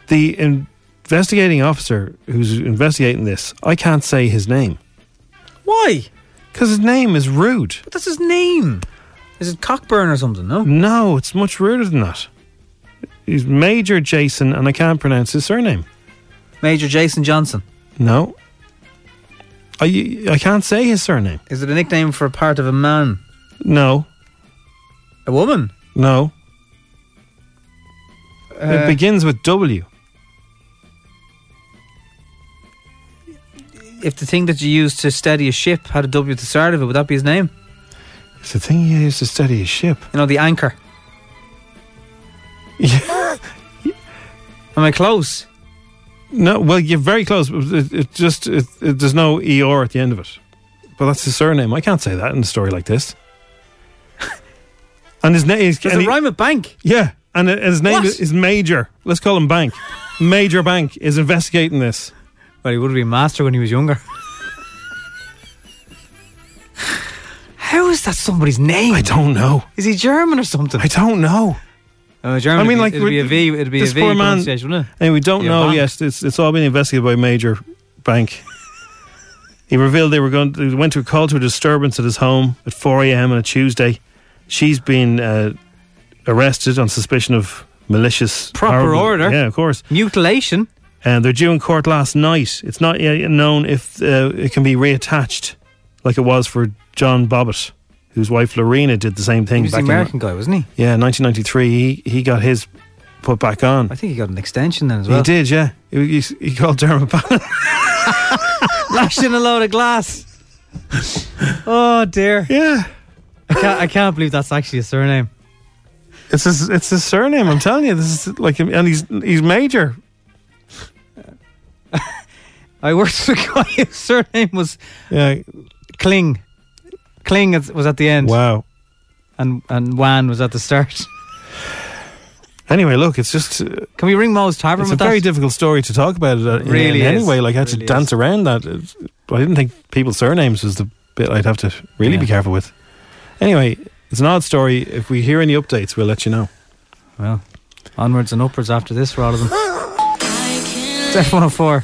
The investigating officer who's investigating this, I can't say his name
Why?
because his name is rude.
But that's his name. Is it Cockburn or something? No.
No, it's much ruder than that. He's Major Jason, and I can't pronounce his surname.
Major Jason Johnson.
No. I, I can't say his surname.
Is it a nickname for a part of a man?
No.
A woman?
No.
Uh,
it begins with W.
if the thing that you used to steady a ship had a W at the start of it, would that be his name?
It's the thing he used to steady his ship.
You know, the
[LAUGHS]
anchor. Am I close?
No, well, you're very close. but It, it just it, it, there's no er at the end of it. But that's his surname. I can't say that in a story like [LAUGHS] this. and his name is.
Does
and
it
he-
rhyme with bank?
Yeah, and it- his name
What?
is Major. Let's call him Bank. Major Bank is investigating this.
Well, he would have been master when he was younger. How is that somebody's name? I
don't know.
Is he German or something? I
don't know.
Uh, German.
I mean,
it'd-
like
it'd be a V. It'd be a
this
V
poor man.
pronunciation, wouldn't it?
And we don't
Yeah,
know.
Bank.
Yes, it's it's all been investigated by Major Bank. He revealed they were going. They went to a call to a disturbance at his home at 4 a.m. on a Tuesday. She's been uh, arrested on suspicion of malicious
Proper
horrible-
order.
Yeah, of course.
Mutilation.
And they're due in court last night. It's not yet known if uh, it can be reattached, like it was for John Bobbitt, whose wife Lorena did the same thing.
He was the
back in-
American guy, wasn't he?
yeah, 1993. He he got his put back on.
I think he got an extension then as well.
He did, yeah. He, he, he called Dermot Bannon.
Lashing a load of glass. Oh dear.
[LAUGHS] Yeah.
I can't, I can't believe that's actually a surname.
It's his it's his surname. I'm telling you, this is like, and he's he's major.
I worked with a guy [LAUGHS] whose surname was
yeah.
Kling. Kling is- was at the end.
Wow.
And and Wan was at the start.
Anyway, look, it's just. uh,
Can we ring Mo's tavern
It's a
with that?
very difficult story to talk about. It uh, in-
Really
in
is.
Anyway, like I had
Really
to dance around that. It's- I didn't think people's surnames was the bit I'd have to really be careful with. Anyway, it's an odd story. If we hear any updates, we'll let you know.
Well, onwards and upwards after this, rather than. oh It's F104.